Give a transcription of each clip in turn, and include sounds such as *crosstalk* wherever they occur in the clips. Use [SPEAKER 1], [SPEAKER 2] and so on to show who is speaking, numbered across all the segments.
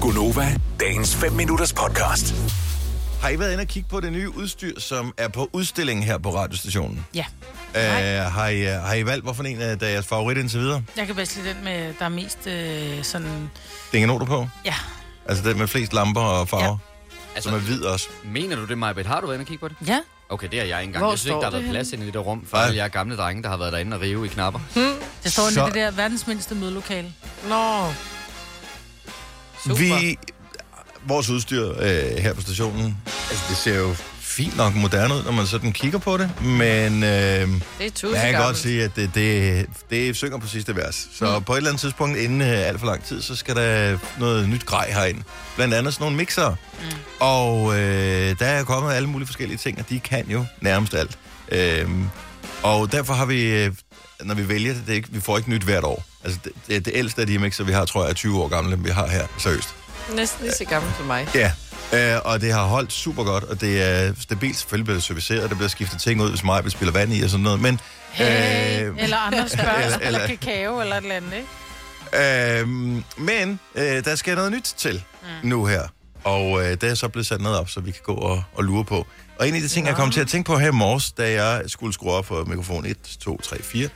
[SPEAKER 1] Gunova, dagens 5 minutters podcast.
[SPEAKER 2] Har I været inde og kigge på det nye udstyr, som er på udstilling her på radiostationen?
[SPEAKER 3] Ja.
[SPEAKER 2] Øh, har, I, øh, har I valgt, hvorfor en af deres favoritter indtil videre?
[SPEAKER 3] Jeg kan bedst lide den med, der er mest øh, sådan...
[SPEAKER 2] Dingenoter på?
[SPEAKER 3] Ja.
[SPEAKER 2] Altså den med flest lamper og farver, ja. som er
[SPEAKER 4] Altså,
[SPEAKER 2] hvid også.
[SPEAKER 4] mener du det, Majbet? Har du været inde og kigge på det?
[SPEAKER 3] Ja.
[SPEAKER 4] Okay, det har jeg ikke engang.
[SPEAKER 3] Hvor
[SPEAKER 4] jeg synes ikke,
[SPEAKER 3] står
[SPEAKER 4] der har
[SPEAKER 3] det
[SPEAKER 4] været
[SPEAKER 3] henne?
[SPEAKER 4] plads inde i det der rum, for
[SPEAKER 2] Nej.
[SPEAKER 4] alle jer gamle drenge, der har været derinde og rive i knapper.
[SPEAKER 3] *laughs* Det står
[SPEAKER 2] Så-
[SPEAKER 3] inde i det der verdens mindste mødelokale. Nå.
[SPEAKER 2] Vi, vores udstyr øh, her på stationen, altså det ser jo fint nok moderne ud, når man sådan kigger på det, men øh,
[SPEAKER 5] Det er tusind
[SPEAKER 2] jeg kan godt sige, at det, det, det synger på sidste vers. Så mm. på et eller andet tidspunkt, inden øh, alt for lang tid, så skal der noget nyt grej herind. Blandt andet sådan nogle mixere. Mm. Og øh, der er kommet alle mulige forskellige ting, og de kan jo nærmest alt. Øh, og derfor har vi, øh, når vi vælger det, det er ikke, vi får ikke nyt hvert år. Altså det, det, det ældste af de mixer, vi har, tror jeg, er 20 år gamle, vi har her. Seriøst.
[SPEAKER 5] Næsten lige så gammel som mig.
[SPEAKER 2] Ja, øh, og det har holdt super godt, og det er stabilt. Selvfølgelig bliver det serviceret, og der bliver skiftet ting ud, hvis mig vil spille vand i og sådan noget. Men,
[SPEAKER 3] Hey.
[SPEAKER 2] øh,
[SPEAKER 3] Eller *laughs* andre spørgsmål,
[SPEAKER 2] Eller-
[SPEAKER 3] eller,
[SPEAKER 2] eller-
[SPEAKER 3] eller, kakao, eller et eller andet, ikke?
[SPEAKER 2] øh, men øh, der skal noget nyt til mm. nu her. Og øh, der er så blevet sat noget op, så vi kan gå og, og lure på. Og en af de ting, jeg kom til at tænke på her i morges, da jeg skulle skrue op for mikrofon 1, 2, 3, 4,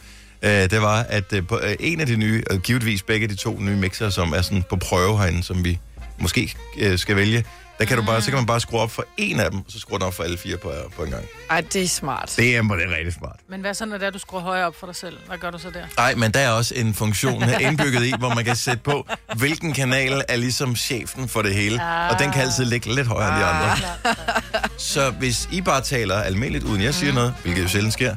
[SPEAKER 2] øh, det var, at øh, på, øh, en af de nye, og givetvis begge de to nye mixer, som er sådan på prøve herinde, som vi måske øh, skal vælge, der kan, du bare, så kan man bare skrue op for en af dem, og så skruer den op for alle fire på, på en gang.
[SPEAKER 5] Ej, det er smart.
[SPEAKER 2] Det er, det er rigtig smart.
[SPEAKER 3] Men hvad så, når det er, du skruer højere op for dig selv? Hvad gør du så der?
[SPEAKER 2] Nej, men der er også en funktion her indbygget i, hvor man kan sætte på, hvilken kanal er ligesom chefen for det hele. Ah. Og den kan altid ligge lidt højere ah. end de andre. Så hvis I bare taler almindeligt, uden jeg siger noget, hvilket jo sjældent sker,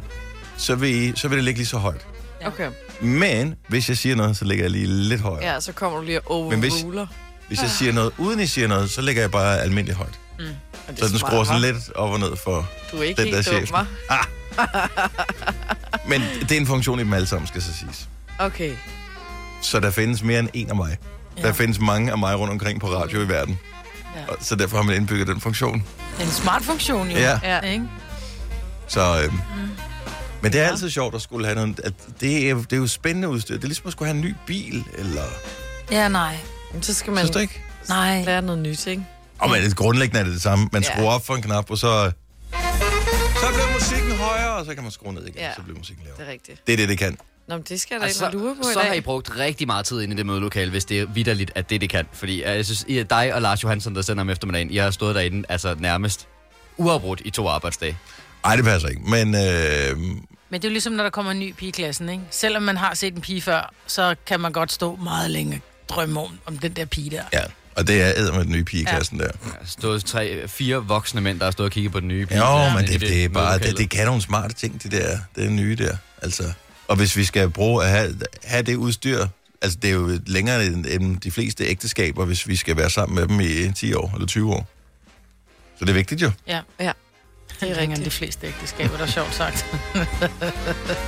[SPEAKER 2] så vil, I, så vil det ligge lige så højt.
[SPEAKER 5] Okay.
[SPEAKER 2] Men hvis jeg siger noget, så ligger jeg lige lidt højere. Ja.
[SPEAKER 5] Ja, så kommer du lige og
[SPEAKER 2] Men hvis-
[SPEAKER 5] overruler.
[SPEAKER 2] Hvis jeg siger noget, uden I siger noget, så ligger jeg bare almindeligt højt.
[SPEAKER 5] Og det
[SPEAKER 2] Så
[SPEAKER 5] er
[SPEAKER 2] den
[SPEAKER 5] smart,
[SPEAKER 2] skruer sådan
[SPEAKER 5] hva'?
[SPEAKER 2] lidt op og ned for
[SPEAKER 5] Du er ikke
[SPEAKER 2] den der
[SPEAKER 5] helt
[SPEAKER 2] chef.
[SPEAKER 5] dum, hva'?
[SPEAKER 2] Ah. Men det er en funktion i dem alle sammen, skal så siges.
[SPEAKER 5] Okay.
[SPEAKER 2] Så der findes mere end en af mig. Ja. Der findes mange af mig rundt omkring på radio i verden. Ja.
[SPEAKER 3] Ja.
[SPEAKER 2] Så derfor har man indbygget den funktion.
[SPEAKER 3] Det er en smart funktion, jo.
[SPEAKER 2] Ja.
[SPEAKER 5] Ja.
[SPEAKER 3] Ikke?
[SPEAKER 2] Så, øhm, mm. Men det er altid sjovt at skulle have noget. At det, er, det er jo spændende udstyr. Det er ligesom at skulle have en ny bil, eller...
[SPEAKER 3] Ja, nej.
[SPEAKER 5] Men så skal
[SPEAKER 2] Men...
[SPEAKER 5] man
[SPEAKER 2] Synes du ikke?
[SPEAKER 3] Nej.
[SPEAKER 5] lære noget nyt, ikke?
[SPEAKER 2] Og men, grundlæggende er det det samme. Man
[SPEAKER 5] Ja.
[SPEAKER 2] skruer op for en knap, og så... Så bliver musikken højere, og så kan man skrue ned igen, ja.
[SPEAKER 5] Ja.
[SPEAKER 2] så bliver musikken lavere.
[SPEAKER 5] Det er rigtigt.
[SPEAKER 2] Det er det, det kan.
[SPEAKER 5] Nå, men det skal jeg da
[SPEAKER 4] Altså,
[SPEAKER 5] altså, lure på i
[SPEAKER 4] så
[SPEAKER 5] dag.
[SPEAKER 4] har I brugt rigtig meget tid inde i det mødelokale, hvis det er vidderligt, at det det kan. Fordi øh, jeg synes, I, dig og Lars Johansson, der sender om eftermiddagen, I har stået derinde altså nærmest uafbrudt i to arbejdsdage.
[SPEAKER 2] Nej, det passer ikke. Men øh,
[SPEAKER 3] Men det er jo ligesom, når der kommer en ny pige i klassen, ikke? Selvom man har set en pige før, så kan man godt stå meget længe og drømme om, om den der pige der.
[SPEAKER 2] ja, og det er æder med den nye pige i klassen der.
[SPEAKER 4] Der er stået tre, fire voksne mænd, der har stået og kigget på den nye bil.
[SPEAKER 2] Jo,
[SPEAKER 4] Ja,
[SPEAKER 2] men
[SPEAKER 4] inde i
[SPEAKER 2] det, det, er bare, det,
[SPEAKER 4] mødelokale.
[SPEAKER 2] det kan nogle smarte ting, det der, det nye der. Altså, og hvis vi skal bruge at have, have det udstyr, altså det er jo længere end, end de fleste ægteskaber, hvis vi skal være sammen med dem i 10 år eller 20 år. Så det er vigtigt jo.
[SPEAKER 3] Ja,
[SPEAKER 5] Ja.
[SPEAKER 3] det er ringer de fleste ægteskaber, der er sjovt *laughs* sagt.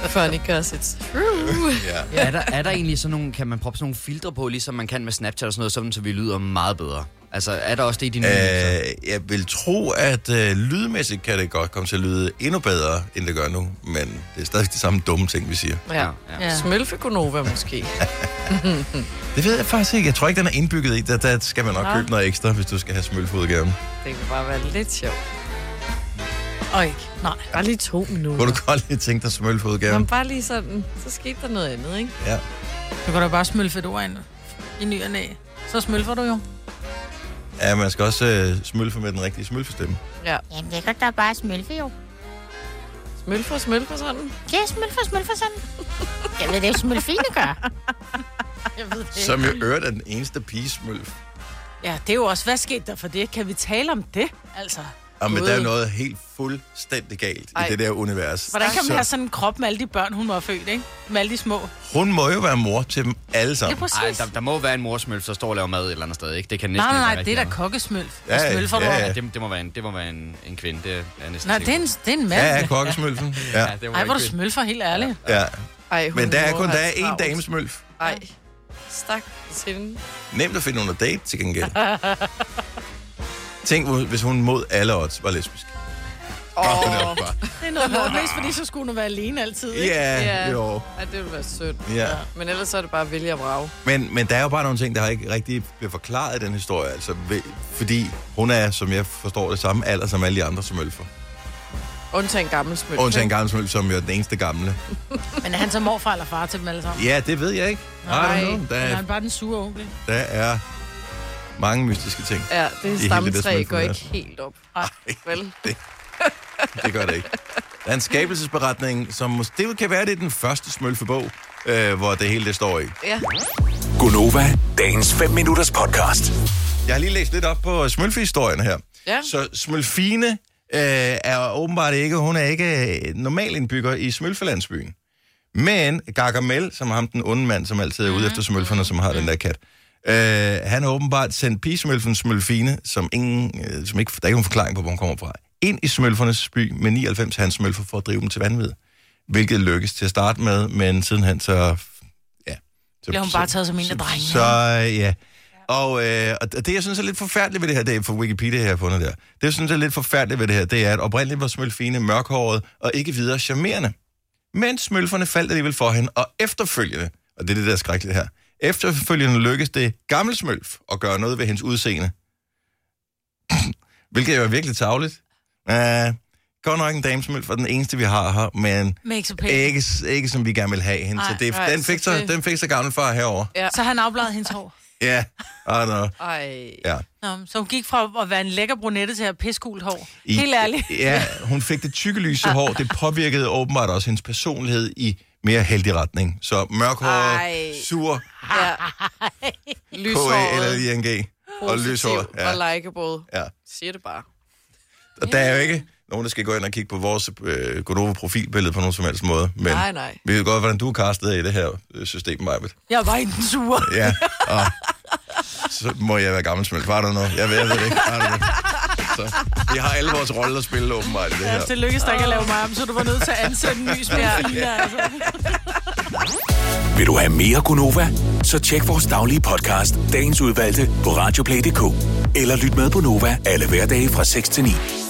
[SPEAKER 5] Funny, cause it's true.
[SPEAKER 2] Ja.
[SPEAKER 4] er, der, er der egentlig sådan nogle, kan man proppe sådan nogle filtre på, ligesom man kan med Snapchat og sådan noget, sådan så vi lyder meget bedre? Altså, er der også det i dine øh,
[SPEAKER 2] Øh, jeg vil tro, at øh, lydmæssigt kan det godt komme til at lyde endnu bedre, end det gør nu, men det er stadig de samme dumme ting, vi siger.
[SPEAKER 5] Ja.
[SPEAKER 3] Ja.
[SPEAKER 5] ja. Smølfegonova måske.
[SPEAKER 2] Det ved jeg faktisk ikke. Jeg tror ikke, den er indbygget i. Der, der skal man nok købe noget ekstra, hvis du skal have smølfodgaven.
[SPEAKER 5] Det kunne bare være lidt sjovt.
[SPEAKER 3] Og ikke, nej.
[SPEAKER 5] Bare lige to
[SPEAKER 2] Kunne
[SPEAKER 5] minutter.
[SPEAKER 2] du godt lige tænke dig
[SPEAKER 5] Nå,
[SPEAKER 2] smølfodgaven?
[SPEAKER 5] men bare lige sådan, så skete der noget andet, ikke?
[SPEAKER 2] Ja.
[SPEAKER 3] Du kan da bare smølfe et ord ind i ny og næ. Så smølfer du jo.
[SPEAKER 2] Ja, man skal også øh, smølfe med den rigtige smølfestemme.
[SPEAKER 5] Ja.
[SPEAKER 6] Jamen, jeg kan da bare smølfe jo.
[SPEAKER 5] Smølfer, smølfer sådan.
[SPEAKER 6] Ja, smølfe, smølfe sådan. Jeg ved, det er jo smølfine gør.
[SPEAKER 3] Jeg ved det ikke.
[SPEAKER 2] Som jo øvrigt er den eneste pigesmølf.
[SPEAKER 3] Ja, det er jo også, hvad skete der for det? Kan vi tale om det? Altså,
[SPEAKER 2] Og men
[SPEAKER 5] Gud.
[SPEAKER 2] der er jo noget helt fuldstændig galt Ej.
[SPEAKER 5] Ej.
[SPEAKER 2] i det der univers.
[SPEAKER 3] hvordan kan man
[SPEAKER 2] Så
[SPEAKER 3] have sådan en krop med alle de børn, hun var født, ikke? Med alle de små.
[SPEAKER 2] Hun må jo være mor til dem alle
[SPEAKER 3] Det er
[SPEAKER 2] sammen.
[SPEAKER 4] Ej,
[SPEAKER 3] præcis.
[SPEAKER 4] der, der må være en morsmølf, der står og laver mad et eller andet sted, ikke? Det kan næsten
[SPEAKER 3] Nej,
[SPEAKER 4] ikke
[SPEAKER 3] nej,
[SPEAKER 4] være
[SPEAKER 3] nej, det er da
[SPEAKER 4] rigtig
[SPEAKER 3] kokkesmølf.
[SPEAKER 2] Ja,
[SPEAKER 3] Ja, smølfer
[SPEAKER 2] ja,
[SPEAKER 3] ja,
[SPEAKER 4] meget.
[SPEAKER 2] ja.
[SPEAKER 3] ja.
[SPEAKER 4] Ja, det, det, må være en, det må være en, en kvinde, det er jeg næsten
[SPEAKER 3] Nej, det er en, det er en mand.
[SPEAKER 2] Ja,
[SPEAKER 3] Ja,
[SPEAKER 2] ja, kokkesmølfen. Ja.
[SPEAKER 4] det må
[SPEAKER 3] Ej, hvor
[SPEAKER 4] være en
[SPEAKER 3] du
[SPEAKER 4] kvinde.
[SPEAKER 3] smølfer, helt ærligt.
[SPEAKER 2] ja.
[SPEAKER 5] Ej, hun
[SPEAKER 2] Men der er
[SPEAKER 5] må
[SPEAKER 2] kun
[SPEAKER 5] have
[SPEAKER 2] der er én
[SPEAKER 5] travlt.
[SPEAKER 2] damesmølf.
[SPEAKER 5] Ej, stak til hende.
[SPEAKER 2] Nemt at finde under date til gengæld. Tænk, hvis hun mod alle odds var lesbisk. Oh. det var bare.
[SPEAKER 3] Det er noget lort, mest fordi så skulle hun være alene altid, ikke?
[SPEAKER 2] Ja, jo.
[SPEAKER 5] Ja, det ville være synd.
[SPEAKER 2] Ja.
[SPEAKER 5] Men ellers så er det bare at vælge og vrage.
[SPEAKER 2] Men, men der er jo bare nogle ting, der har ikke rigtig blevet forklaret i den historie. Altså, ved- fordi hun er, som jeg forstår det, samme alder som alle de andre smølfer.
[SPEAKER 5] Undtagen gammel smøl.
[SPEAKER 2] Undtagen gammel smølf, som jo er den eneste gamle.
[SPEAKER 3] Men er han så morfar eller far til dem alle sammen?
[SPEAKER 2] Ja, det ved jeg ikke. I
[SPEAKER 5] Nej.
[SPEAKER 2] don't know. Der,
[SPEAKER 3] Han er
[SPEAKER 2] er,
[SPEAKER 3] han bare den sure onkel.
[SPEAKER 2] der er mange mystiske ting.
[SPEAKER 5] Ja, det
[SPEAKER 2] det
[SPEAKER 5] stamtræ
[SPEAKER 2] smølfen
[SPEAKER 5] går
[SPEAKER 2] er.
[SPEAKER 5] ikke helt op. Nej, vel?
[SPEAKER 2] Det gør det ikke. Der er en skabelsesberetning, som mås- det kan være, det er den første smølfebog, øh, hvor det hele det står i.
[SPEAKER 5] Ja.
[SPEAKER 1] Gunova, dagens 5 minutters podcast.
[SPEAKER 2] Jeg har lige læst lidt op på smølfehistorien her.
[SPEAKER 5] Ja.
[SPEAKER 2] Så Smølfine øh, er åbenbart ikke, hun er ikke øh, normal indbygger i Smølfelandsbyen. Men Gargamel, som er ham den onde mand, som altid er
[SPEAKER 3] Mhm.
[SPEAKER 2] ude efter smølferne, som har den der kat, øh, han har åbenbart sendt pigesmølfen Smølfine, som, ingen, øh, som ikke, der er ikke nogen forklaring på, hvor hun kommer fra, ind i smølfernes by med 99 hans smølfer for at drive dem til vanvid. Hvilket lykkes til at starte med, men sidenhen så... Ja, så
[SPEAKER 3] Bliver hun bare taget som en af drengene.
[SPEAKER 2] Så øh, ja. Og, øh, og det, jeg synes er lidt forfærdeligt ved det her, det er for Wikipedia, jeg har fundet der. Det, jeg synes er lidt forfærdeligt ved det her, det er, at oprindeligt var Smølfine mørkhåret og ikke videre charmerende. Men smølferne faldt alligevel for hende, og efterfølgende, og det er det, der er skrækkeligt her, efterfølgende lykkedes det gammel smølf at gøre noget ved hendes udseende. *clears throat* Hvilket jo er virkelig tavligt. Uh, godt nok en damesmølf, og den eneste, vi har her, men
[SPEAKER 3] Men ikke så pænt.
[SPEAKER 2] ikke, ikke som vi gerne vil have hende. så
[SPEAKER 3] Nej,
[SPEAKER 2] det,
[SPEAKER 5] nej,
[SPEAKER 2] den, fik
[SPEAKER 5] så
[SPEAKER 2] så,
[SPEAKER 5] det-
[SPEAKER 2] den fik så gammel far herover.
[SPEAKER 5] Ja.
[SPEAKER 3] Så han afbladede hendes hår.
[SPEAKER 2] Ja, yeah. I don't know.
[SPEAKER 5] Ej.
[SPEAKER 2] Ja.
[SPEAKER 3] Nå, så hun gik fra at være en lækker brunette til at have piskult hår. Helt ærligt.
[SPEAKER 2] Ja, hun fik det tykke lyse hår. Det påvirkede åbenbart også hendes personlighed i mere heldig retning. Så
[SPEAKER 5] Ej.
[SPEAKER 2] mørkhåret, sur,
[SPEAKER 5] ja. Lyshåret.
[SPEAKER 2] K-A-L-L-I-N-G. Og lyshåret.
[SPEAKER 5] Ja. Og
[SPEAKER 2] Ja,
[SPEAKER 5] likeable.
[SPEAKER 2] ja.
[SPEAKER 5] Siger det bare.
[SPEAKER 2] Og der er jo ikke nogen, der skal gå ind og kigge på vores øh, Godova-profilbillede på nogen som helst måde. Men
[SPEAKER 5] Nej, nej.
[SPEAKER 2] vi ved godt, hvordan du er castet i det her øh, system, Majbet.
[SPEAKER 3] Jeg var ikke den sure.
[SPEAKER 2] Ja, og så må jeg være gammel smelt. Var der noget? Jeg ved, jeg ved det ikke. Var der noget? Så, vi har alle vores roller at spille åbenbart i det her.
[SPEAKER 3] Hvis det lykkedes dig ikke at lave mig om, så du var nødt til at ansætte en ny spiller. Ja. Altså.
[SPEAKER 1] Vil du have mere Gunova? Så tjek vores daglige podcast, dagens udvalgte, på radioplay.dk. Eller lyt med på Nova alle hverdage fra 6 til 9.